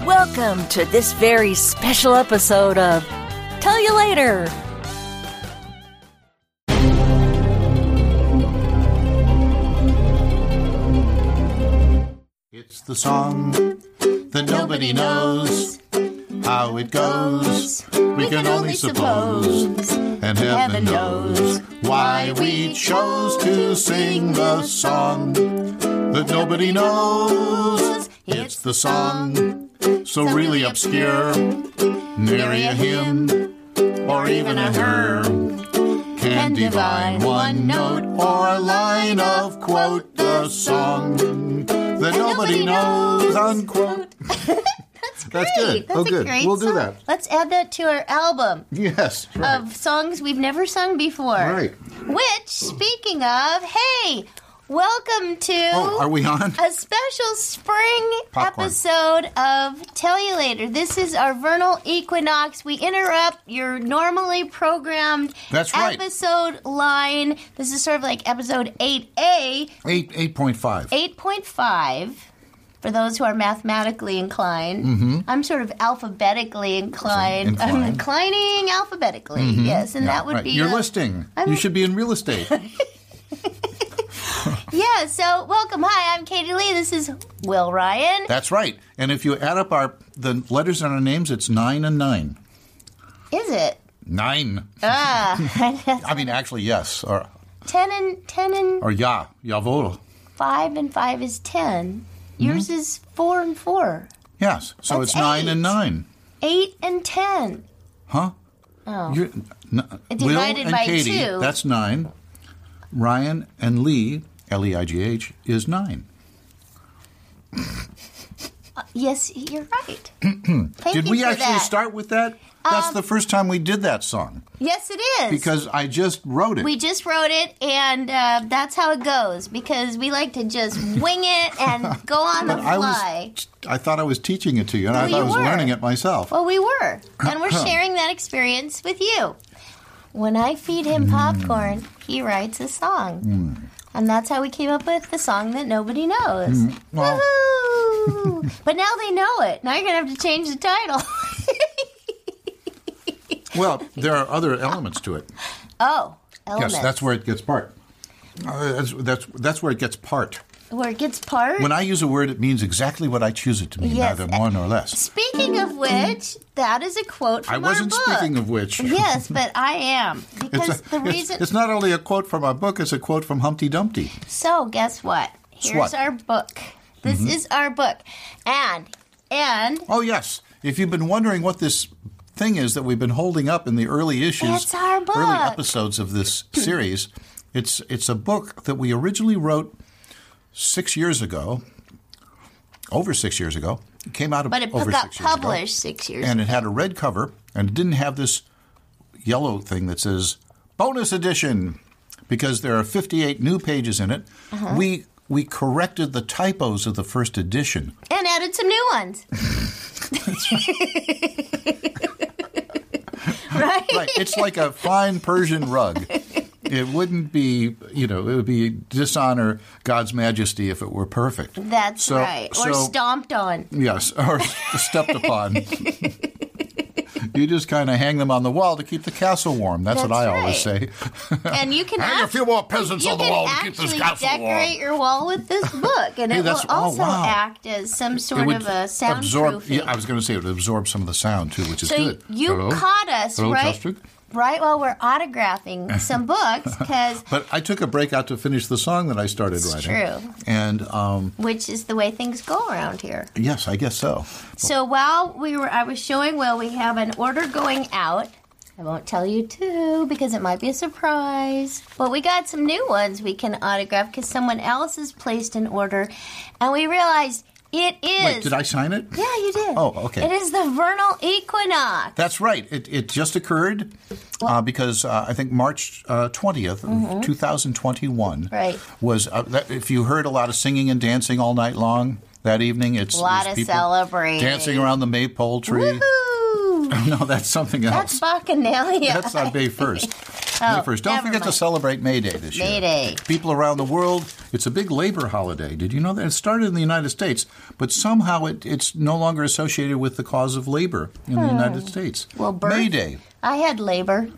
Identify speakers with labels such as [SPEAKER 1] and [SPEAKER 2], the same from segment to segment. [SPEAKER 1] Welcome to this very special episode of Tell You Later.
[SPEAKER 2] It's the song that nobody knows how it goes. We can only suppose, and heaven knows why we chose to sing the song that nobody knows. It's the song so really obscure, nary a him or even a her can divine one note or a line of quote the song that nobody knows unquote. That's good.
[SPEAKER 3] That's
[SPEAKER 2] oh,
[SPEAKER 3] a
[SPEAKER 2] good.
[SPEAKER 3] great
[SPEAKER 2] we'll do
[SPEAKER 3] song.
[SPEAKER 2] that.
[SPEAKER 3] Let's add that to our album
[SPEAKER 2] Yes. Right.
[SPEAKER 3] of songs we've never sung before.
[SPEAKER 2] Right.
[SPEAKER 3] Which, speaking of, hey, welcome to
[SPEAKER 2] oh, are we on?
[SPEAKER 3] a special spring
[SPEAKER 2] Popcorn.
[SPEAKER 3] episode of Tell You Later. This is our vernal equinox. We interrupt your normally programmed
[SPEAKER 2] That's right.
[SPEAKER 3] episode line. This is sort of like episode 8A,
[SPEAKER 2] Eight eight point five.
[SPEAKER 3] 8.5. For those who are mathematically inclined, mm-hmm. I'm sort of alphabetically inclined.
[SPEAKER 2] Inclined.
[SPEAKER 3] I'm
[SPEAKER 2] Mm-hmm.
[SPEAKER 3] inclining alphabetically, yes, and that would
[SPEAKER 2] Right.
[SPEAKER 3] be uh,
[SPEAKER 2] You're
[SPEAKER 3] a-
[SPEAKER 2] listing. You should be in real estate.
[SPEAKER 3] Yeah, so welcome. Hi, I'm Katie Lee. This is Will Ryan.
[SPEAKER 2] That's right. And if you add up our the letters in our names, it's nine and nine.
[SPEAKER 3] Is it?
[SPEAKER 2] Nine.
[SPEAKER 3] Ah,
[SPEAKER 2] I mean, actually, yes. Or
[SPEAKER 3] 10 and 10 and
[SPEAKER 2] or ja, jawohl.
[SPEAKER 3] 5 and 5 is 10.
[SPEAKER 2] Mm-hmm.
[SPEAKER 3] Yours is 4 and 4.
[SPEAKER 2] Yes. So
[SPEAKER 3] That's
[SPEAKER 2] it's nine and
[SPEAKER 3] eight.
[SPEAKER 2] nine.
[SPEAKER 3] 8 and 10.
[SPEAKER 2] Huh? Oh. You're, n- Will
[SPEAKER 3] Divided
[SPEAKER 2] and
[SPEAKER 3] by
[SPEAKER 2] Katie,
[SPEAKER 3] two.
[SPEAKER 2] that's nine. Ryan and Lee, L E I G H, is nine.
[SPEAKER 3] Yes, you're right. Thank
[SPEAKER 2] did
[SPEAKER 3] you
[SPEAKER 2] we
[SPEAKER 3] for
[SPEAKER 2] actually
[SPEAKER 3] that. Um,
[SPEAKER 2] start with that? That's the first time we did that song
[SPEAKER 3] Yes, it is.
[SPEAKER 2] because I just wrote it.
[SPEAKER 3] we just wrote it, and uh, that's how it goes because we like to just wing it and go on the
[SPEAKER 2] But I
[SPEAKER 3] fly.
[SPEAKER 2] was, I thought I was teaching it to you, and I
[SPEAKER 3] Well,
[SPEAKER 2] thought I
[SPEAKER 3] you
[SPEAKER 2] was
[SPEAKER 3] were.
[SPEAKER 2] learning it myself.
[SPEAKER 3] Well, we were, and we're sharing that experience with you. When I feed him popcorn, he writes a song.
[SPEAKER 2] Hmm.
[SPEAKER 3] And that's how we came up with the song that nobody knows.
[SPEAKER 2] Hmm. well-
[SPEAKER 3] Woohoo! but now they know it. Now you're going to have to change the title.
[SPEAKER 2] Well, there are other elements to it.
[SPEAKER 3] oh, elements.
[SPEAKER 2] Yes, that's where it gets part. Uh, that's, that's that's where it gets part.
[SPEAKER 3] Where it gets part.
[SPEAKER 2] When I use a word, it means exactly what I choose it to mean,
[SPEAKER 3] Yes.
[SPEAKER 2] neither more nor less.
[SPEAKER 3] Speaking of which, that is a quote from
[SPEAKER 2] I wasn't
[SPEAKER 3] our book.
[SPEAKER 2] speaking of which.
[SPEAKER 3] Yes, but I am
[SPEAKER 2] It's,
[SPEAKER 3] because
[SPEAKER 2] a-
[SPEAKER 3] the
[SPEAKER 2] it's-
[SPEAKER 3] reason.
[SPEAKER 2] it's, not only a quote from our book; it's a quote from Humpty Dumpty.
[SPEAKER 3] So guess what? Here's
[SPEAKER 2] what? Mm-hmm.
[SPEAKER 3] our book. This is our book, and and
[SPEAKER 2] Oh yes, if you've been wondering what this thing is that we've been holding up in the early issues,
[SPEAKER 3] It's our book.
[SPEAKER 2] early episodes of this series, it's it's a book that we originally wrote six years ago, over six years ago. It came out
[SPEAKER 3] but it
[SPEAKER 2] over
[SPEAKER 3] got
[SPEAKER 2] six years ago.
[SPEAKER 3] published six years.
[SPEAKER 2] and it had a red cover and it didn't have this yellow thing that says bonus edition because there are 58 new pages in it
[SPEAKER 3] Uh-huh.
[SPEAKER 2] we we corrected the typos of the first edition
[SPEAKER 3] and added some new ones. right?
[SPEAKER 2] right it's like a fine persian rug it wouldn't be you know it would be dishonor god's majesty if it were perfect
[SPEAKER 3] That's
[SPEAKER 2] So-
[SPEAKER 3] right. Or
[SPEAKER 2] so-
[SPEAKER 3] stomped on.
[SPEAKER 2] yes or stepped upon you just kind of hang them on the wall to keep the castle warm that's, what i always
[SPEAKER 3] That's right.
[SPEAKER 2] say
[SPEAKER 3] And you can
[SPEAKER 2] Hang a
[SPEAKER 3] act-
[SPEAKER 2] few more peasants
[SPEAKER 3] you
[SPEAKER 2] on the
[SPEAKER 3] can
[SPEAKER 2] wall to keep
[SPEAKER 3] actually
[SPEAKER 2] this castle warm.
[SPEAKER 3] decorate your wall with this book, and
[SPEAKER 2] Hey,
[SPEAKER 3] it will
[SPEAKER 2] that's- oh,
[SPEAKER 3] also
[SPEAKER 2] wow.
[SPEAKER 3] act as some sort of a
[SPEAKER 2] absorb.
[SPEAKER 3] soundproofing.
[SPEAKER 2] Yeah, I was going to say it would absorb some of the sound too, which is
[SPEAKER 3] So
[SPEAKER 2] good.
[SPEAKER 3] you
[SPEAKER 2] Hello?
[SPEAKER 3] caught us
[SPEAKER 2] Hello,
[SPEAKER 3] right,
[SPEAKER 2] Chester?
[SPEAKER 3] right while we're autographing some books, because
[SPEAKER 2] But I took a break out to finish the song that I started writing.
[SPEAKER 3] true.
[SPEAKER 2] And um,
[SPEAKER 3] which is the way things go around here.
[SPEAKER 2] yes, I guess so.
[SPEAKER 3] So while we were, I was showing Will we have an order going out. I won't tell you too because it might be a surprise. But we got some new ones we can autograph because someone else has placed an order, and we realized It is.
[SPEAKER 2] Wait, did I sign it?
[SPEAKER 3] Yeah, you did.
[SPEAKER 2] Oh, okay.
[SPEAKER 3] It is the vernal equinox.
[SPEAKER 2] That's right. It, it just occurred uh, because uh, I think March uh, 20th, of 2021,
[SPEAKER 3] Mm-hmm. Right.
[SPEAKER 2] was, uh, that, if you heard a lot of singing and dancing all night long that evening, it's
[SPEAKER 3] A lot
[SPEAKER 2] it's
[SPEAKER 3] of
[SPEAKER 2] people
[SPEAKER 3] celebrating.
[SPEAKER 2] Dancing around the maypole tree.
[SPEAKER 3] Woohoo!
[SPEAKER 2] No, that's something else.
[SPEAKER 3] That's bacchanalia.
[SPEAKER 2] That's on May 1st.
[SPEAKER 3] Oh,
[SPEAKER 2] May 1st. Don't
[SPEAKER 3] never
[SPEAKER 2] forget to
[SPEAKER 3] mind.
[SPEAKER 2] celebrate May Day this
[SPEAKER 3] May
[SPEAKER 2] year.
[SPEAKER 3] Day.
[SPEAKER 2] People around the world, it's a big labor holiday. Did you know that? It started in the United States, but somehow it, it's no longer associated with the cause of labor in the United States.
[SPEAKER 3] Hmm. Well, birth-
[SPEAKER 2] May Day.
[SPEAKER 3] I had labor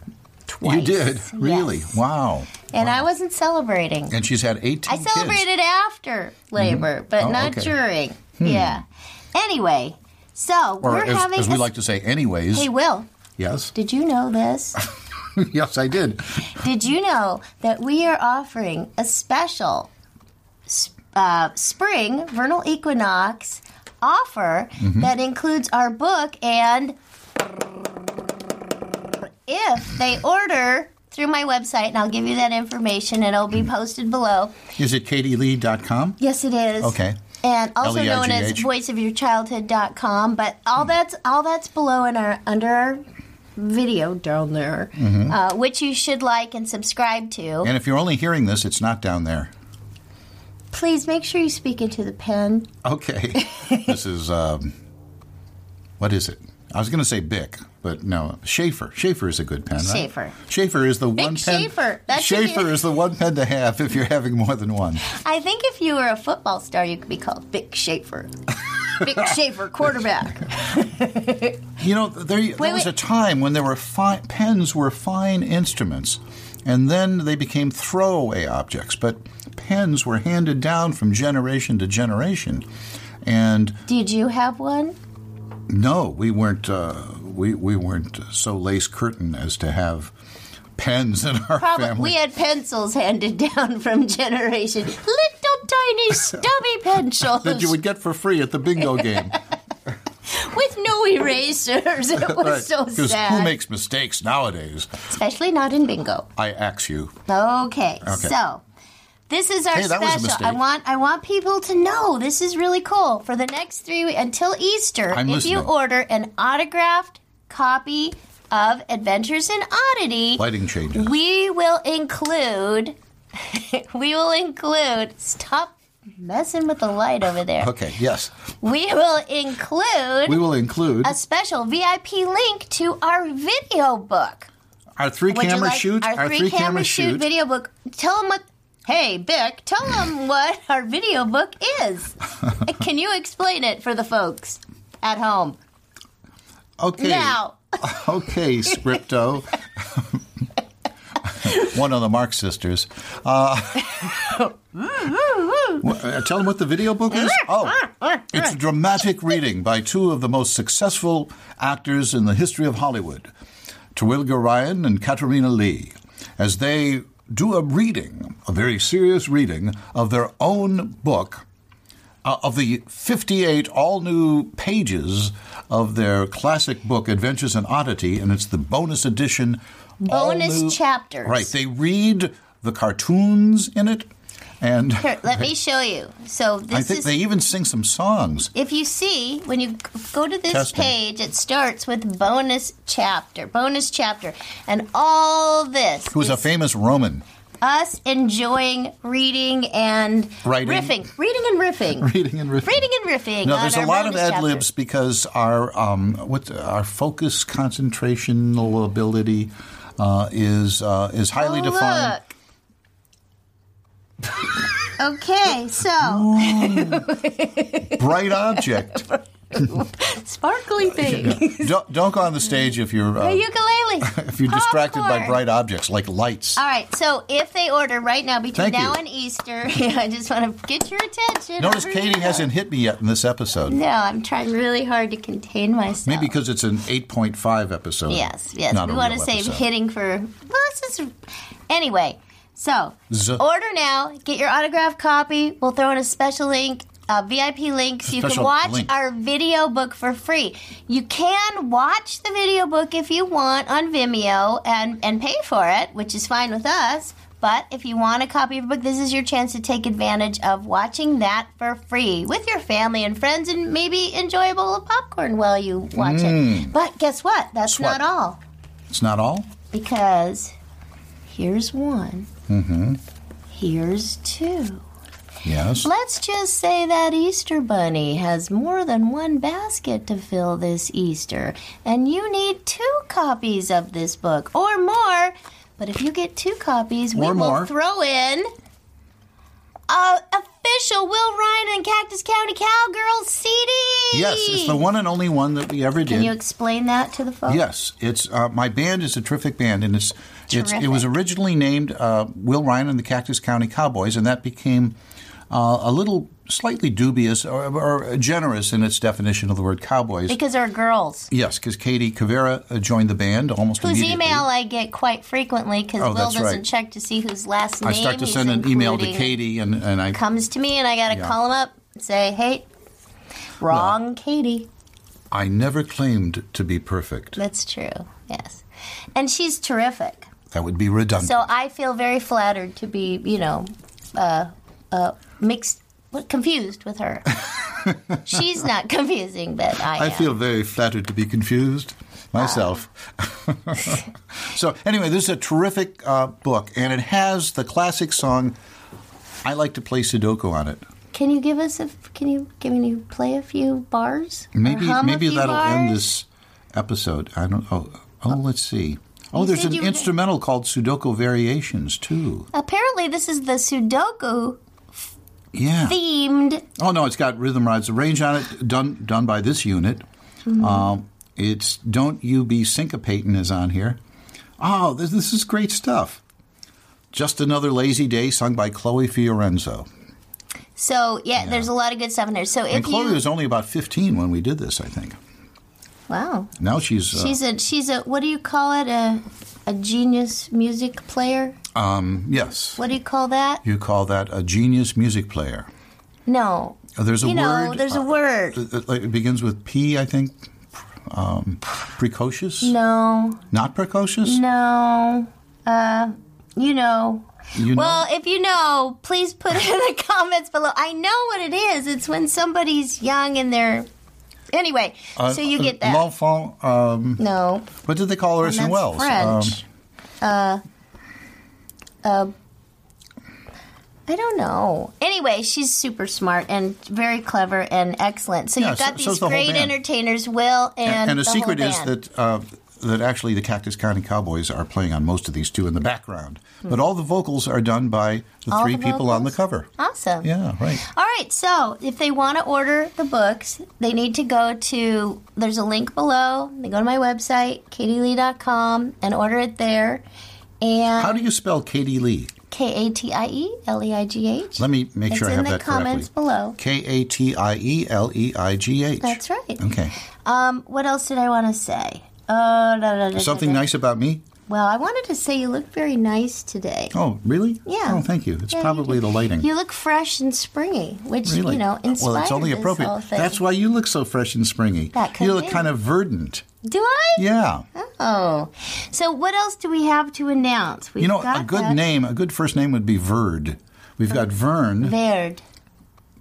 [SPEAKER 3] twice.
[SPEAKER 2] You did? Really?
[SPEAKER 3] Yes.
[SPEAKER 2] Wow.
[SPEAKER 3] And I wasn't celebrating.
[SPEAKER 2] And she's had 18
[SPEAKER 3] I celebrated after labor, but
[SPEAKER 2] Oh,
[SPEAKER 3] not
[SPEAKER 2] okay. Hmm.
[SPEAKER 3] during. Yeah. Anyway, so
[SPEAKER 2] Or
[SPEAKER 3] we're
[SPEAKER 2] as,
[SPEAKER 3] having.
[SPEAKER 2] as we
[SPEAKER 3] a-
[SPEAKER 2] like to say, anyways.
[SPEAKER 3] Hey, Will,
[SPEAKER 2] yes.
[SPEAKER 3] did you know this?
[SPEAKER 2] yes, I did.
[SPEAKER 3] Did you know that we are offering a special sp- uh, spring vernal equinox offer that includes our book and if they order through my website, and I'll give you that information, and it'll be posted below.
[SPEAKER 2] Is it katielee.com?
[SPEAKER 3] Yes, it is.
[SPEAKER 2] Okay.
[SPEAKER 3] And also known as
[SPEAKER 2] L-E-I-G-H.
[SPEAKER 3] voiceofyourchildhood.com, but all that's all that's below in our under our video down there, uh, which you should like and subscribe to.
[SPEAKER 2] And if you're only hearing this, it's not down there.
[SPEAKER 3] Please make sure you speak into the pen.
[SPEAKER 2] Okay. this is, um, what is it? I was going to say Bick, but no, Schaefer. Schaefer is a good pen, right?
[SPEAKER 3] Schaefer.
[SPEAKER 2] Schaefer is the one pen.
[SPEAKER 3] Schaefer. That should be-
[SPEAKER 2] Schaefer is the one pen to have if you're having more than one.
[SPEAKER 3] I think if you were a football star, you could be called Vic Schaefer. Vic Schaefer, quarterback.
[SPEAKER 2] You know, there, there was a
[SPEAKER 3] wait.
[SPEAKER 2] time when there were fi- pens were fine instruments, and then they became throwaway objects. But pens were handed down from generation to generation, and
[SPEAKER 3] Did you have one?
[SPEAKER 2] no, we weren't uh, we we weren't uh, so lace curtain as to have pens in our
[SPEAKER 3] Probably.
[SPEAKER 2] family.
[SPEAKER 3] We had pencils handed down from generation. Little tiny stubby pencils
[SPEAKER 2] that you would get for free at the bingo game.
[SPEAKER 3] with no erasers. It was so
[SPEAKER 2] Because who
[SPEAKER 3] sad.
[SPEAKER 2] makes mistakes nowadays?
[SPEAKER 3] Especially not in bingo.
[SPEAKER 2] I axe you.
[SPEAKER 3] Okay,
[SPEAKER 2] Okay.
[SPEAKER 3] so this is our
[SPEAKER 2] Hey, that was a
[SPEAKER 3] special.
[SPEAKER 2] mistake.
[SPEAKER 3] I want I want people to know this is really cool. For the next three we- until Easter,
[SPEAKER 2] I'm
[SPEAKER 3] if you
[SPEAKER 2] listening.
[SPEAKER 3] order an autographed copy of Adventures in Oddity,
[SPEAKER 2] Lighting changes.
[SPEAKER 3] we will include we will include stop messing with the light over there.
[SPEAKER 2] Okay, yes,
[SPEAKER 3] We will include
[SPEAKER 2] we will include
[SPEAKER 3] a special VIP link to our video book.
[SPEAKER 2] our three
[SPEAKER 3] Would you
[SPEAKER 2] camera
[SPEAKER 3] like
[SPEAKER 2] shoot.
[SPEAKER 3] Our, three, camera, shoot, video book. Tell them what. Hey, Bick, tell them what our video book is. Can you explain it for the folks at home
[SPEAKER 2] Okay.
[SPEAKER 3] now?
[SPEAKER 2] Okay, Scripto. One of the Marx sisters. Uh, wh- uh, tell them what the video book is.
[SPEAKER 3] Mm-hmm.
[SPEAKER 2] Oh, it's a dramatic reading by two of the most successful actors in the history of Hollywood, Terwilliger Ryan and Katarina Lee, as they do a reading, a very serious reading, of their own book uh, of the 58 all new pages of their classic book, Adventures in Oddity, and it's the bonus edition.
[SPEAKER 3] Bonus
[SPEAKER 2] all-new-
[SPEAKER 3] chapters.
[SPEAKER 2] Right. They read the cartoons in it, and
[SPEAKER 3] Here, let me show you. So this
[SPEAKER 2] I think
[SPEAKER 3] is.
[SPEAKER 2] they even sing some songs.
[SPEAKER 3] if you see, when you go to this
[SPEAKER 2] Testing.
[SPEAKER 3] page, it starts with bonus chapter, bonus chapter, and all this
[SPEAKER 2] Who was a
[SPEAKER 3] is
[SPEAKER 2] famous Roman?
[SPEAKER 3] us enjoying reading and
[SPEAKER 2] Writing.
[SPEAKER 3] riffing, reading and riffing,
[SPEAKER 2] Reading and riffing.
[SPEAKER 3] reading and riffing.
[SPEAKER 2] No,
[SPEAKER 3] on
[SPEAKER 2] there's a
[SPEAKER 3] our
[SPEAKER 2] lot of
[SPEAKER 3] bonus
[SPEAKER 2] ad
[SPEAKER 3] chapter.
[SPEAKER 2] libs because our um, what our focus concentrational ability uh, is uh, is highly
[SPEAKER 3] Oh,
[SPEAKER 2] defined.
[SPEAKER 3] Look. okay, so
[SPEAKER 2] Bright object.
[SPEAKER 3] sparkly thing.
[SPEAKER 2] don't, don't go on the stage if you're uh,
[SPEAKER 3] A ukulele.
[SPEAKER 2] if you're distracted by
[SPEAKER 3] Popcorn.
[SPEAKER 2] bright objects like lights.
[SPEAKER 3] All right, so if they order right now between
[SPEAKER 2] Thank
[SPEAKER 3] now
[SPEAKER 2] you.
[SPEAKER 3] and Easter, I just want to get your attention.
[SPEAKER 2] Notice
[SPEAKER 3] over
[SPEAKER 2] Katie
[SPEAKER 3] here.
[SPEAKER 2] hasn't hit me yet in this episode.
[SPEAKER 3] No, I'm trying really hard to contain myself.
[SPEAKER 2] Maybe because it's an 8.5 episode.
[SPEAKER 3] Yes, yes.
[SPEAKER 2] not
[SPEAKER 3] we
[SPEAKER 2] a
[SPEAKER 3] want to
[SPEAKER 2] real
[SPEAKER 3] save
[SPEAKER 2] episode.
[SPEAKER 3] hitting for. Well, this is. Anyway, so
[SPEAKER 2] Z-
[SPEAKER 3] order now. Get your autographed copy. We'll throw in a special link, a VIP link, so you can
[SPEAKER 2] Special
[SPEAKER 3] watch
[SPEAKER 2] link.
[SPEAKER 3] our video book for free. You can watch the video book if you want on Vimeo and, and pay for it, which is fine with us. But if you want a copy of the book, this is your chance to take advantage of watching that for free with your family and friends and maybe enjoy a bowl of popcorn while you watch it. But guess what? That's
[SPEAKER 2] What?
[SPEAKER 3] not all.
[SPEAKER 2] It's not all.
[SPEAKER 3] Because here's one. Here's two.
[SPEAKER 2] Yes.
[SPEAKER 3] Let's just say that Easter Bunny has more than one basket to fill this Easter, and you need two copies of this book or more. But if you get two copies, we
[SPEAKER 2] Or more.
[SPEAKER 3] will throw in a official Will Ryan and Cactus County Cowgirls CD.
[SPEAKER 2] Yes, it's the one and only one that we ever did.
[SPEAKER 3] Can you explain that to the folks?
[SPEAKER 2] Yes, it's uh, my band is a terrific band, and it's, it's it
[SPEAKER 3] Terrific.
[SPEAKER 2] was originally named uh, Will Ryan and the Cactus County Cowboys, and that became uh, a little slightly dubious or, or generous in its definition of the word cowboys.
[SPEAKER 3] Because they're girls.
[SPEAKER 2] yes, because Katie Cavera uh, joined the band almost
[SPEAKER 3] Whose
[SPEAKER 2] immediately.
[SPEAKER 3] email I get quite frequently because
[SPEAKER 2] Oh,
[SPEAKER 3] Will
[SPEAKER 2] that's
[SPEAKER 3] doesn't
[SPEAKER 2] right.
[SPEAKER 3] check to see whose last
[SPEAKER 2] I
[SPEAKER 3] name
[SPEAKER 2] start to
[SPEAKER 3] he's
[SPEAKER 2] send an email to
[SPEAKER 3] including.
[SPEAKER 2] Katie, and, and I
[SPEAKER 3] comes to me and I gotta
[SPEAKER 2] Yeah.
[SPEAKER 3] call him up and say, hey, wrong Katie.
[SPEAKER 2] I never claimed to be perfect.
[SPEAKER 3] That's true, yes. And she's terrific.
[SPEAKER 2] That would be redundant.
[SPEAKER 3] So I feel very flattered to be, you know, uh, uh, mixed, what, confused with her. she's not confusing, but I,
[SPEAKER 2] I
[SPEAKER 3] am.
[SPEAKER 2] feel very flattered to be confused myself. so, anyway, this is a terrific uh, book, and it has the classic song I Like to Play Sudoku on it.
[SPEAKER 3] Can you give us a, can you, can you play a few bars? Or
[SPEAKER 2] Maybe
[SPEAKER 3] hum a
[SPEAKER 2] maybe
[SPEAKER 3] few
[SPEAKER 2] that'll end
[SPEAKER 3] bars?
[SPEAKER 2] this episode. I don't oh, oh let's see. Oh,
[SPEAKER 3] You
[SPEAKER 2] there's
[SPEAKER 3] said
[SPEAKER 2] an
[SPEAKER 3] you were-
[SPEAKER 2] instrumental called Sudoku Variations too.
[SPEAKER 3] Apparently this is the Sudoku
[SPEAKER 2] Yeah.
[SPEAKER 3] themed
[SPEAKER 2] Oh no, it's got rhythm rides the range on it, done done by this unit.
[SPEAKER 3] Mm-hmm.
[SPEAKER 2] Um, it's don't you be syncopating is on here. Oh, this, this is great stuff. Just another lazy day, sung by Chloe Fiorenzo.
[SPEAKER 3] so yeah, there's a lot of good stuff in there. So if
[SPEAKER 2] And Chloe
[SPEAKER 3] you
[SPEAKER 2] was only about fifteen when we did this, I think.
[SPEAKER 3] wow,
[SPEAKER 2] Now she's, uh,
[SPEAKER 3] She's a she's a what do you call it a a genius music player?
[SPEAKER 2] um, yes.
[SPEAKER 3] What do you call that?
[SPEAKER 2] You call that a genius music player?
[SPEAKER 3] No,
[SPEAKER 2] Uh, There's a
[SPEAKER 3] you know,
[SPEAKER 2] word.
[SPEAKER 3] there's a
[SPEAKER 2] uh,
[SPEAKER 3] word.
[SPEAKER 2] uh, like, it begins with P, I think. Um, precocious?
[SPEAKER 3] Mm. No,
[SPEAKER 2] Not precocious?
[SPEAKER 3] Mm. no, uh, you know.
[SPEAKER 2] You know?
[SPEAKER 3] Well, if you know, please put it in the comments below. I know what it is. It's when somebody's young and they're anyway.
[SPEAKER 2] Uh,
[SPEAKER 3] so you
[SPEAKER 2] uh,
[SPEAKER 3] get that?
[SPEAKER 2] L'enfant. Um,
[SPEAKER 3] no,
[SPEAKER 2] What did they call
[SPEAKER 3] and
[SPEAKER 2] Orson
[SPEAKER 3] that's
[SPEAKER 2] Welles? um,
[SPEAKER 3] French. uh, uh, I don't know. Anyway, she's super smart and very clever and excellent. So
[SPEAKER 2] Yeah,
[SPEAKER 3] you've got
[SPEAKER 2] so- so
[SPEAKER 3] these
[SPEAKER 2] is the whole
[SPEAKER 3] great
[SPEAKER 2] band.
[SPEAKER 3] entertainers, Will
[SPEAKER 2] Um,
[SPEAKER 3] and
[SPEAKER 2] and the,
[SPEAKER 3] whole
[SPEAKER 2] secret is
[SPEAKER 3] band.
[SPEAKER 2] that uh, that actually the Cactus County Cowboys are playing on most of these two in the background, but all the vocals are done by the
[SPEAKER 3] Hmm. All
[SPEAKER 2] three
[SPEAKER 3] the
[SPEAKER 2] people on the
[SPEAKER 3] vocals?
[SPEAKER 2] cover.
[SPEAKER 3] awesome.
[SPEAKER 2] Yeah, right.
[SPEAKER 3] All right, so if they want to order the books, they need to go to, there's a link below. They go to my website, katielee.com, and order it there. And
[SPEAKER 2] How do you spell Katie Lee?
[SPEAKER 3] K A T I E L E I G H.
[SPEAKER 2] Let me make
[SPEAKER 3] It's
[SPEAKER 2] sure I
[SPEAKER 3] in
[SPEAKER 2] have
[SPEAKER 3] the
[SPEAKER 2] that
[SPEAKER 3] comments
[SPEAKER 2] correctly.
[SPEAKER 3] below.
[SPEAKER 2] K A T I E L E I G H.
[SPEAKER 3] That's right.
[SPEAKER 2] Okay.
[SPEAKER 3] Um, what else did I want to say? Oh, da, da, da,
[SPEAKER 2] Something
[SPEAKER 3] da, da.
[SPEAKER 2] nice about me?
[SPEAKER 3] Well, I wanted to say you look very nice today.
[SPEAKER 2] Oh, really?
[SPEAKER 3] Yeah.
[SPEAKER 2] Oh, thank you. It's
[SPEAKER 3] Yeah, you
[SPEAKER 2] probably
[SPEAKER 3] do.
[SPEAKER 2] the lighting.
[SPEAKER 3] You look fresh and springy, which
[SPEAKER 2] Really?
[SPEAKER 3] you know inspired
[SPEAKER 2] well, it's only
[SPEAKER 3] this whole
[SPEAKER 2] appropriate.
[SPEAKER 3] thing.
[SPEAKER 2] That's why you look so fresh and springy.
[SPEAKER 3] That could
[SPEAKER 2] you look
[SPEAKER 3] be.
[SPEAKER 2] kind of verdant.
[SPEAKER 3] Do I?
[SPEAKER 2] Yeah.
[SPEAKER 3] Oh, so what else do we have to announce? We've
[SPEAKER 2] You know,
[SPEAKER 3] got
[SPEAKER 2] a good
[SPEAKER 3] that.
[SPEAKER 2] name, a good first name would be Verd. We've got Vern.
[SPEAKER 3] Baird.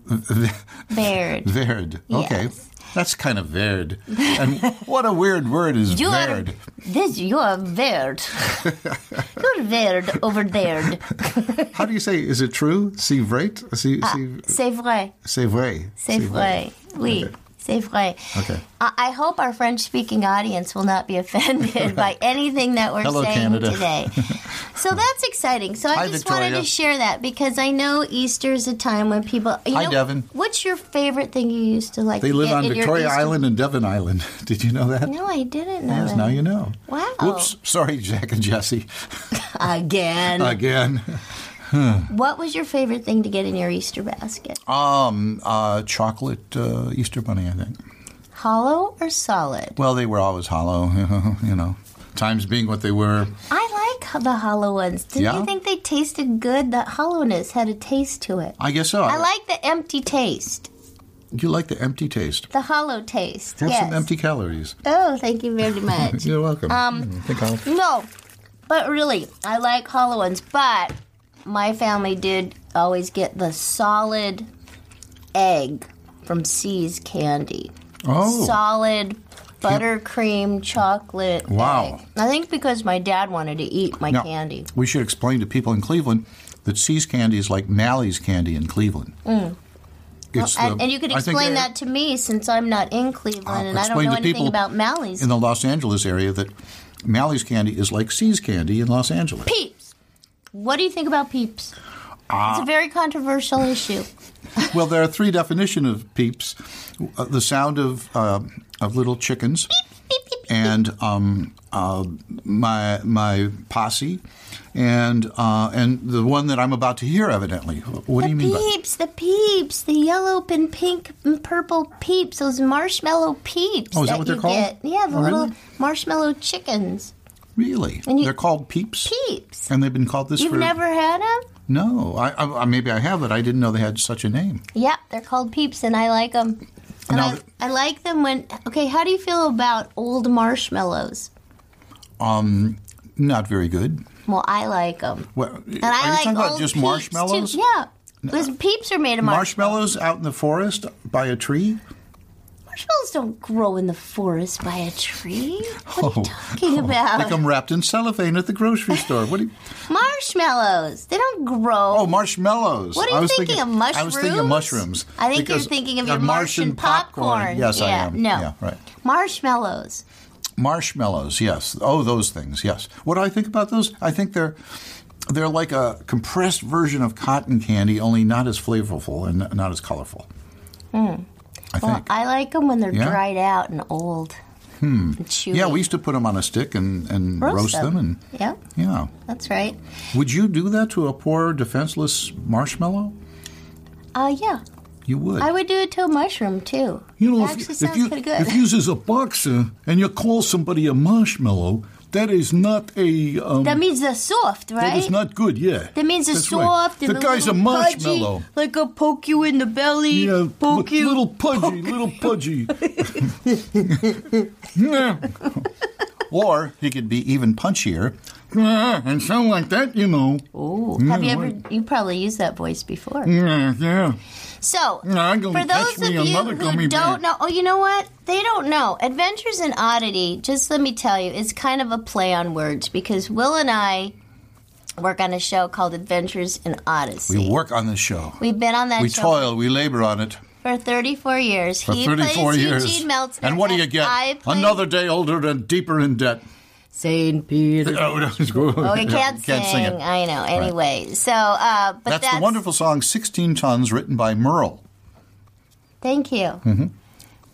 [SPEAKER 3] Baird.
[SPEAKER 2] Verd. Okay.
[SPEAKER 3] Yes.
[SPEAKER 2] That's kind of Verd. And what a weird word is
[SPEAKER 3] You
[SPEAKER 2] Verd.
[SPEAKER 3] are this. You are Baird. You're Baird over there.
[SPEAKER 2] How do you say, is it true? C'est vrai? C'est, c'est,
[SPEAKER 3] C'est vrai.
[SPEAKER 2] c'est vrai.
[SPEAKER 3] C'est Uh, vrai. Oui.
[SPEAKER 2] Okay.
[SPEAKER 3] C'est vrai.
[SPEAKER 2] Okay.
[SPEAKER 3] I I hope our French speaking audience will not be offended by anything that we're
[SPEAKER 2] Hello,
[SPEAKER 3] saying
[SPEAKER 2] Canada.
[SPEAKER 3] today. So that's exciting. So I
[SPEAKER 2] Hi,
[SPEAKER 3] just wanted
[SPEAKER 2] Victoria.
[SPEAKER 3] to share that because I know Easter is a time when people. You
[SPEAKER 2] Hi,
[SPEAKER 3] know,
[SPEAKER 2] Devin.
[SPEAKER 3] What's your favorite thing you used to like
[SPEAKER 2] They
[SPEAKER 3] to
[SPEAKER 2] live
[SPEAKER 3] get
[SPEAKER 2] on
[SPEAKER 3] in your
[SPEAKER 2] Victoria
[SPEAKER 3] Easter-
[SPEAKER 2] Island and Devon Island. Did you know that?
[SPEAKER 3] No, I didn't know.
[SPEAKER 2] Yes,
[SPEAKER 3] that.
[SPEAKER 2] now you know.
[SPEAKER 3] Wow.
[SPEAKER 2] Whoops. Sorry, Jack and Jesse.
[SPEAKER 3] Again.
[SPEAKER 2] Again.
[SPEAKER 3] what was your favorite thing to get in your Easter basket?
[SPEAKER 2] Um, uh, chocolate uh, Easter bunny, I think.
[SPEAKER 3] Hollow or solid?
[SPEAKER 2] Well, they were always hollow, you know. Times being what they were.
[SPEAKER 3] I like the hollow ones. Didn't
[SPEAKER 2] Yeah?
[SPEAKER 3] you think they tasted good? That hollowness had a taste to it.
[SPEAKER 2] I guess so.
[SPEAKER 3] I like the empty taste,
[SPEAKER 2] You like the empty taste.
[SPEAKER 3] the hollow taste.
[SPEAKER 2] Have
[SPEAKER 3] yes.
[SPEAKER 2] some empty calories.
[SPEAKER 3] Oh, thank you very much.
[SPEAKER 2] You're welcome. Um, I think I'll.
[SPEAKER 3] no, but really, I like hollow ones. But My family did always get the solid egg from C's Candy.
[SPEAKER 2] Oh.
[SPEAKER 3] Solid buttercream chocolate.
[SPEAKER 2] Wow.
[SPEAKER 3] egg. I think because my dad wanted to eat my
[SPEAKER 2] Now,
[SPEAKER 3] candy.
[SPEAKER 2] We should explain to people in Cleveland that C's candy is like Nally's candy in Cleveland. It's
[SPEAKER 3] Mm. And,
[SPEAKER 2] the-
[SPEAKER 3] and you could
[SPEAKER 2] I think
[SPEAKER 3] explain
[SPEAKER 2] they-
[SPEAKER 3] that to me since I'm not in Cleveland and I don't
[SPEAKER 2] explain
[SPEAKER 3] know
[SPEAKER 2] to
[SPEAKER 3] anything
[SPEAKER 2] people
[SPEAKER 3] about Mally's.
[SPEAKER 2] in the Los Angeles area that Mally's candy is like C's candy in Los Angeles.
[SPEAKER 3] peeps. What do you think about peeps?
[SPEAKER 2] Uh,
[SPEAKER 3] it's a very controversial issue.
[SPEAKER 2] Well, there are three definitions of peeps: uh, the sound of uh, of little chickens, and um, uh, my my posse, and uh, and the one that I'm about to hear. Evidently, what do you mean? by
[SPEAKER 3] Peeps, the peeps, the yellow and pink and purple peeps, those marshmallow peeps.
[SPEAKER 2] Oh, is that what they're
[SPEAKER 3] you
[SPEAKER 2] called?
[SPEAKER 3] Get. Yeah, the
[SPEAKER 2] Oh, really?
[SPEAKER 3] little marshmallow chickens.
[SPEAKER 2] Really,
[SPEAKER 3] And you-
[SPEAKER 2] they're called peeps,
[SPEAKER 3] Peeps.
[SPEAKER 2] and they've been called this
[SPEAKER 3] You've
[SPEAKER 2] for
[SPEAKER 3] never had them?
[SPEAKER 2] no. I, I maybe I have, but I didn't know they had such a name.
[SPEAKER 3] Yep, they're called peeps, and I like them. And
[SPEAKER 2] Now
[SPEAKER 3] I,
[SPEAKER 2] th-
[SPEAKER 3] I like them when. Okay, how do you feel about old marshmallows?
[SPEAKER 2] Um, not very good.
[SPEAKER 3] Well, I like them.
[SPEAKER 2] Well,
[SPEAKER 3] And I
[SPEAKER 2] are you
[SPEAKER 3] like
[SPEAKER 2] talking about
[SPEAKER 3] old
[SPEAKER 2] just
[SPEAKER 3] peeps,
[SPEAKER 2] marshmallows?
[SPEAKER 3] Too. Yeah. Because peeps are made of marshmallows.
[SPEAKER 2] Marshmallows out in the forest by a tree?
[SPEAKER 3] Marshmallows don't grow in the forest by a tree. What are
[SPEAKER 2] Oh.
[SPEAKER 3] you talking
[SPEAKER 2] They
[SPEAKER 3] about?
[SPEAKER 2] come wrapped in cellophane at the grocery store. What do you,
[SPEAKER 3] marshmallows. They don't grow.
[SPEAKER 2] oh, marshmallows.
[SPEAKER 3] What are you
[SPEAKER 2] I was
[SPEAKER 3] thinking, of mushrooms?
[SPEAKER 2] I was thinking of mushrooms.
[SPEAKER 3] I think
[SPEAKER 2] because
[SPEAKER 3] you're thinking of
[SPEAKER 2] they're
[SPEAKER 3] your Martian, popcorn.
[SPEAKER 2] Yes,
[SPEAKER 3] yeah,
[SPEAKER 2] I am.
[SPEAKER 3] No.
[SPEAKER 2] Yeah, right.
[SPEAKER 3] Marshmallows.
[SPEAKER 2] Marshmallows, yes. Oh, those things, yes. What do I think about those? I think they're they're like a compressed version of cotton candy, only not as flavorful and not as colorful. I think.
[SPEAKER 3] Hmm. Well, I like them when they're
[SPEAKER 2] Yeah?
[SPEAKER 3] dried out and old. Hmm. And chewy.
[SPEAKER 2] yeah, we used to put them on a stick and, and roast, them. and
[SPEAKER 3] Yep,
[SPEAKER 2] yeah.
[SPEAKER 3] that's right.
[SPEAKER 2] Would you do that to a poor defenseless marshmallow?
[SPEAKER 3] Uh, yeah,
[SPEAKER 2] You would.
[SPEAKER 3] I would do it to a mushroom too.
[SPEAKER 2] You know, if,
[SPEAKER 3] It actually
[SPEAKER 2] if
[SPEAKER 3] sounds
[SPEAKER 2] you
[SPEAKER 3] pretty good.
[SPEAKER 2] if you is a boxer and you call somebody a marshmallow, that is not a um,
[SPEAKER 3] that means they're soft, right?
[SPEAKER 2] that is not good. Yeah,
[SPEAKER 3] That means they're
[SPEAKER 2] That's right.
[SPEAKER 3] soft and
[SPEAKER 2] the
[SPEAKER 3] a
[SPEAKER 2] guy's a
[SPEAKER 3] little pudgy,
[SPEAKER 2] marshmallow.
[SPEAKER 3] like a poke you in the belly,
[SPEAKER 2] Yeah,
[SPEAKER 3] poke
[SPEAKER 2] li-
[SPEAKER 3] you.
[SPEAKER 2] little pudgy, little pudgy. Yeah. or he could be even punchier and sound like that, you know.
[SPEAKER 3] Ooh,
[SPEAKER 2] Mm,
[SPEAKER 3] have you ever? You probably used that voice before.
[SPEAKER 2] Yeah, yeah.
[SPEAKER 3] So,
[SPEAKER 2] No, Mm. I'm gonna
[SPEAKER 3] for those
[SPEAKER 2] catch me
[SPEAKER 3] of you
[SPEAKER 2] another
[SPEAKER 3] who
[SPEAKER 2] gummy bear.
[SPEAKER 3] don't know, oh, you know what? They don't know. Adventures in Oddity, just let me tell you, is kind of a play on words because Will and I work on a show called Adventures in Odyssey.
[SPEAKER 2] We work on this show.
[SPEAKER 3] have been on that
[SPEAKER 2] We
[SPEAKER 3] show
[SPEAKER 2] toil, we labor on it.
[SPEAKER 3] for 34 years.
[SPEAKER 2] for
[SPEAKER 3] he
[SPEAKER 2] 34
[SPEAKER 3] plays
[SPEAKER 2] years.
[SPEAKER 3] Eugene Meltzer.
[SPEAKER 2] and what do you
[SPEAKER 3] and
[SPEAKER 2] get?
[SPEAKER 3] I play
[SPEAKER 2] Another day older and deeper in debt.
[SPEAKER 3] St. Peter.
[SPEAKER 2] Oh, no, it's-
[SPEAKER 3] Oh, we
[SPEAKER 2] yeah,
[SPEAKER 3] can't,
[SPEAKER 2] sing it.
[SPEAKER 3] I know. Anyway, so, uh, but
[SPEAKER 2] That's, the wonderful song 16 Tons written by Merle.
[SPEAKER 3] Thank you.
[SPEAKER 2] Mm-hmm.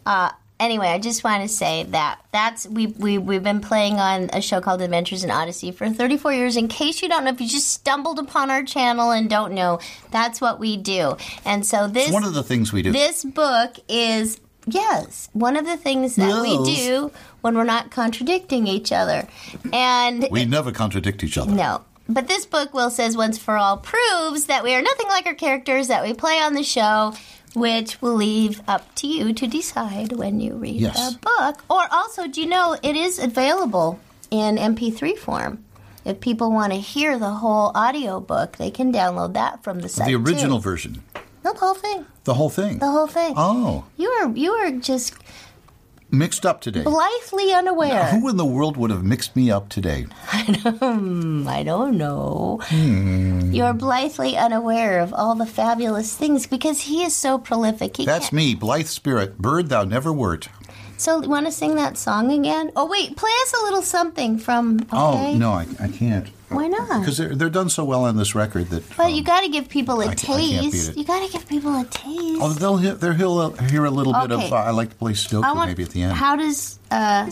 [SPEAKER 3] Uh, anyway, I just want to say that that's we, we we've been playing on a show called Adventures in Odyssey for 34 years. In case you don't know, if you just stumbled upon our channel and don't know, that's what we do. And so this
[SPEAKER 2] It's one of the things we do.
[SPEAKER 3] this book is yes one of the things that we
[SPEAKER 2] Yes.
[SPEAKER 3] do when we're not contradicting each other, and
[SPEAKER 2] we never contradict each other.
[SPEAKER 3] no. But this book, Will says once for all, proves that we are nothing like our characters that we play on the show, which will leave up to you to decide when you read
[SPEAKER 2] Yes.
[SPEAKER 3] the book. Or also, do you know it is available in MP3 form? If people want to hear the whole audio book, they can download that from the site.
[SPEAKER 2] The
[SPEAKER 3] too.
[SPEAKER 2] original version.
[SPEAKER 3] No, the whole thing.
[SPEAKER 2] The whole thing.
[SPEAKER 3] The whole thing.
[SPEAKER 2] Oh,
[SPEAKER 3] You are you are just
[SPEAKER 2] mixed up today.
[SPEAKER 3] blithely unaware.
[SPEAKER 2] Who in the world would have mixed me up today?
[SPEAKER 3] Um, I don't know.
[SPEAKER 2] Hmm.
[SPEAKER 3] You're blithely unaware of all the fabulous things because he is so prolific. He
[SPEAKER 2] That's
[SPEAKER 3] can't-
[SPEAKER 2] me, blithe spirit, bird thou never wert.
[SPEAKER 3] So, want to sing that song again? Oh, wait, play us a little something from. Okay?
[SPEAKER 2] Oh, no, I, I can't.
[SPEAKER 3] Why not?
[SPEAKER 2] Because they're, they're done so well on this record that.
[SPEAKER 3] But
[SPEAKER 2] um,
[SPEAKER 3] you got to give people a
[SPEAKER 2] I ca- I can't beat
[SPEAKER 3] taste.
[SPEAKER 2] it.
[SPEAKER 3] You got to give people a taste.
[SPEAKER 2] Oh, they'll hear, they'll hear hear a little bit
[SPEAKER 3] Okay.
[SPEAKER 2] of. Uh, I like to play
[SPEAKER 3] I
[SPEAKER 2] Sudoku
[SPEAKER 3] want.
[SPEAKER 2] maybe at the end.
[SPEAKER 3] How does uh,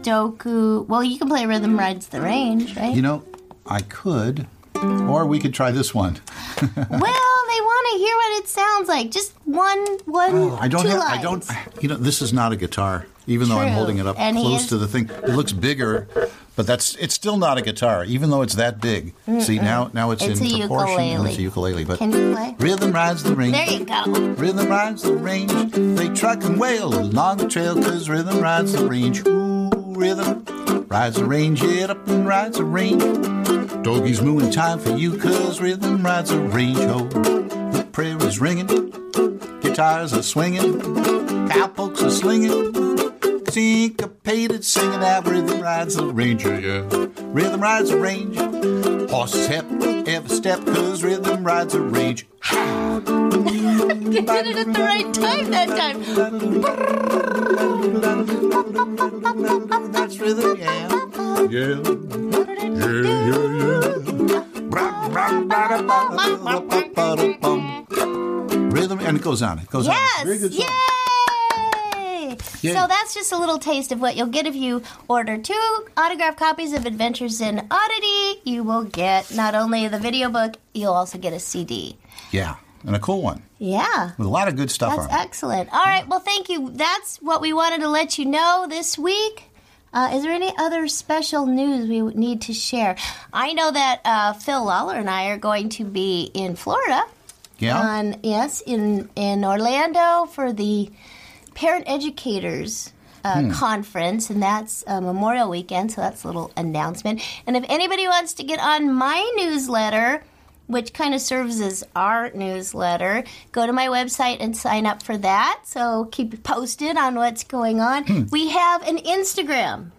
[SPEAKER 3] Sudoku? Well, you can play Rhythm Rides the Range, right?
[SPEAKER 2] You know, I could, or we could try this one.
[SPEAKER 3] well, they want to hear what it sounds like. Just one, one,
[SPEAKER 2] Oh, I don't.
[SPEAKER 3] two
[SPEAKER 2] Have,
[SPEAKER 3] lines.
[SPEAKER 2] I don't. You know, this is not a guitar, even though I'm
[SPEAKER 3] True.
[SPEAKER 2] holding it up
[SPEAKER 3] And he
[SPEAKER 2] close
[SPEAKER 3] is-
[SPEAKER 2] to the thing. It looks bigger, but that's. It's still not a guitar, even though it's that big. See now, now it's,
[SPEAKER 3] It's
[SPEAKER 2] in
[SPEAKER 3] a
[SPEAKER 2] proportion. and
[SPEAKER 3] ukulele.
[SPEAKER 2] It's a ukulele, but
[SPEAKER 3] Can you play?
[SPEAKER 2] rhythm rides the range.
[SPEAKER 3] There you go.
[SPEAKER 2] Rhythm rides the range. They truck and wail along the trail, 'cause rhythm rides the range. Ooh. rhythm. Rides a range, it up and rides a range. Doggies mooing time for you, cause rhythm rides a range. Ho, the prairie's ringing, guitars are swinging, cowpokes are slinging. Syncopated singing that rhythm rides a ranger, yeah. Rhythm rides a range. Horses hep every step, cause rhythm rides a range.
[SPEAKER 3] You did it at the right time that time.
[SPEAKER 2] That's rhythm, yeah. Yeah. Yeah, yeah, yeah. Rhythm, and it goes on. It goes on. Very good
[SPEAKER 3] Yes!
[SPEAKER 2] song.
[SPEAKER 3] Yay!
[SPEAKER 2] Yay.
[SPEAKER 3] So that's just a little taste of what you'll get if you order two autographed copies of Adventures in Oddity. You will get not only the video book, you'll also get a CD.
[SPEAKER 2] Yeah, and a cool one
[SPEAKER 3] Yeah.
[SPEAKER 2] with a lot of good stuff
[SPEAKER 3] That's
[SPEAKER 2] on it.
[SPEAKER 3] excellent. All right. Well, thank you. That's what we wanted to let you know this week. Uh, is there any other special news we would need to share? I know that uh, Phil Lawler and I are going to be in Florida
[SPEAKER 2] Yeah,
[SPEAKER 3] on Um, yes in in Orlando for the parent educators uh, conference, and that's uh, Memorial Weekend. So that's a little announcement. And if anybody wants to get on my newsletter. Which kind of serves as our newsletter. Go to my website and sign up for that. So keep it posted on what's going on. We have an Instagram.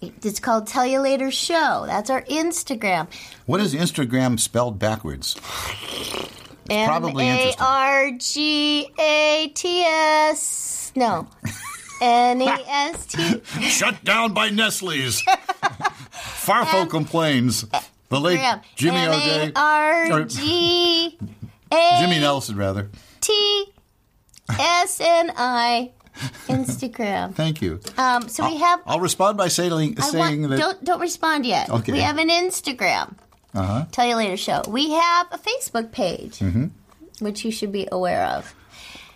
[SPEAKER 3] It's called Tell You Later Show. That's our Instagram.
[SPEAKER 2] what is Instagram spelled backwards? probably interesting.
[SPEAKER 3] M-A-R-G-A-T-S. No. N-E-S-T.
[SPEAKER 2] Shut down by Nestle's. Farfo complains. The late
[SPEAKER 3] Graham.
[SPEAKER 2] Jimmy O'Day, or
[SPEAKER 3] M-A-R-G-A-T-S-N-I.
[SPEAKER 2] Jimmy Nelson, rather.
[SPEAKER 3] Instagram.
[SPEAKER 2] Thank you.
[SPEAKER 3] Um, so we have.
[SPEAKER 2] I'll respond by saying,
[SPEAKER 3] I
[SPEAKER 2] saying
[SPEAKER 3] want-
[SPEAKER 2] that.
[SPEAKER 3] don't don't respond yet.
[SPEAKER 2] Okay.
[SPEAKER 3] We have an Instagram. Uh-huh. Tell you later show. We have a Facebook page,
[SPEAKER 2] Mm-hmm.
[SPEAKER 3] which you should be aware of.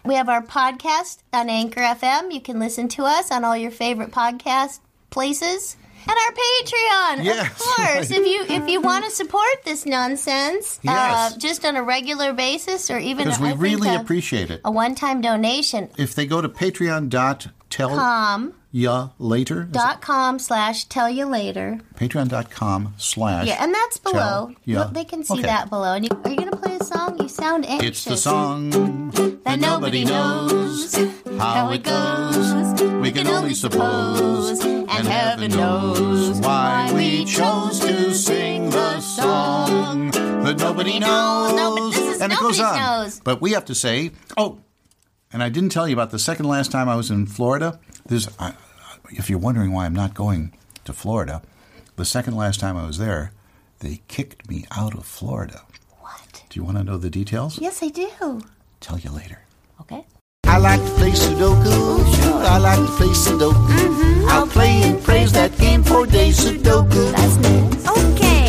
[SPEAKER 3] We have our podcast on Anchor FM. You can listen to us on all your favorite podcast places. And our Patreon,
[SPEAKER 2] Yes,
[SPEAKER 3] of course.
[SPEAKER 2] right.
[SPEAKER 3] If you if you want to support this nonsense,
[SPEAKER 2] Yes.
[SPEAKER 3] uh, just on a regular basis, or even
[SPEAKER 2] Because
[SPEAKER 3] I
[SPEAKER 2] we
[SPEAKER 3] think
[SPEAKER 2] really
[SPEAKER 3] a-
[SPEAKER 2] appreciate it.
[SPEAKER 3] a one time donation,
[SPEAKER 2] If they go to patreon.tell ya later, is
[SPEAKER 3] dot com slash tell you later.
[SPEAKER 2] it patreon.com slash.
[SPEAKER 3] Yeah, and that's below.
[SPEAKER 2] Tell- yeah.
[SPEAKER 3] Look, they can see
[SPEAKER 2] Okay.
[SPEAKER 3] that below. And you, are you going to play a song? You sound anxious.
[SPEAKER 2] It's the song that nobody knows how it goes. We can only suppose, and heaven knows why we chose to sing the song that nobody knows.
[SPEAKER 3] No, but this is
[SPEAKER 2] and it goes on.
[SPEAKER 3] nobody knows.
[SPEAKER 2] But we have to say, oh, and I didn't tell you about the second last time I was in Florida. There's, I, if you're wondering why I'm not going to Florida, the second last time I was there, they kicked me out of Florida.
[SPEAKER 3] What?
[SPEAKER 2] Do you want to know the details?
[SPEAKER 3] Yes, I do.
[SPEAKER 2] Tell you later.
[SPEAKER 3] Okay.
[SPEAKER 2] I like to play Sudoku. Sure, I like to play Sudoku. I'll play and praise that game for days. Sudoku.
[SPEAKER 3] That's nice.
[SPEAKER 4] Okay.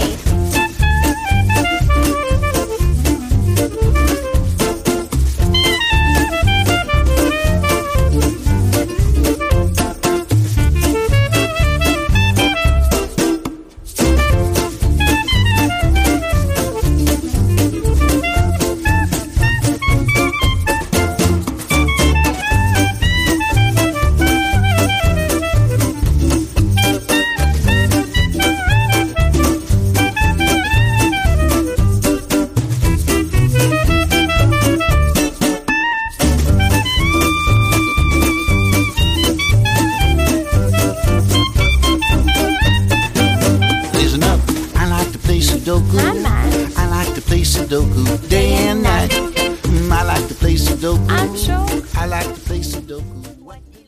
[SPEAKER 5] Listen up. I like to play Sudoku.
[SPEAKER 4] I might.
[SPEAKER 5] I like to play Sudoku day and night. Mm, I like to play Sudoku.
[SPEAKER 4] I'm sure.
[SPEAKER 5] I like to play Sudoku.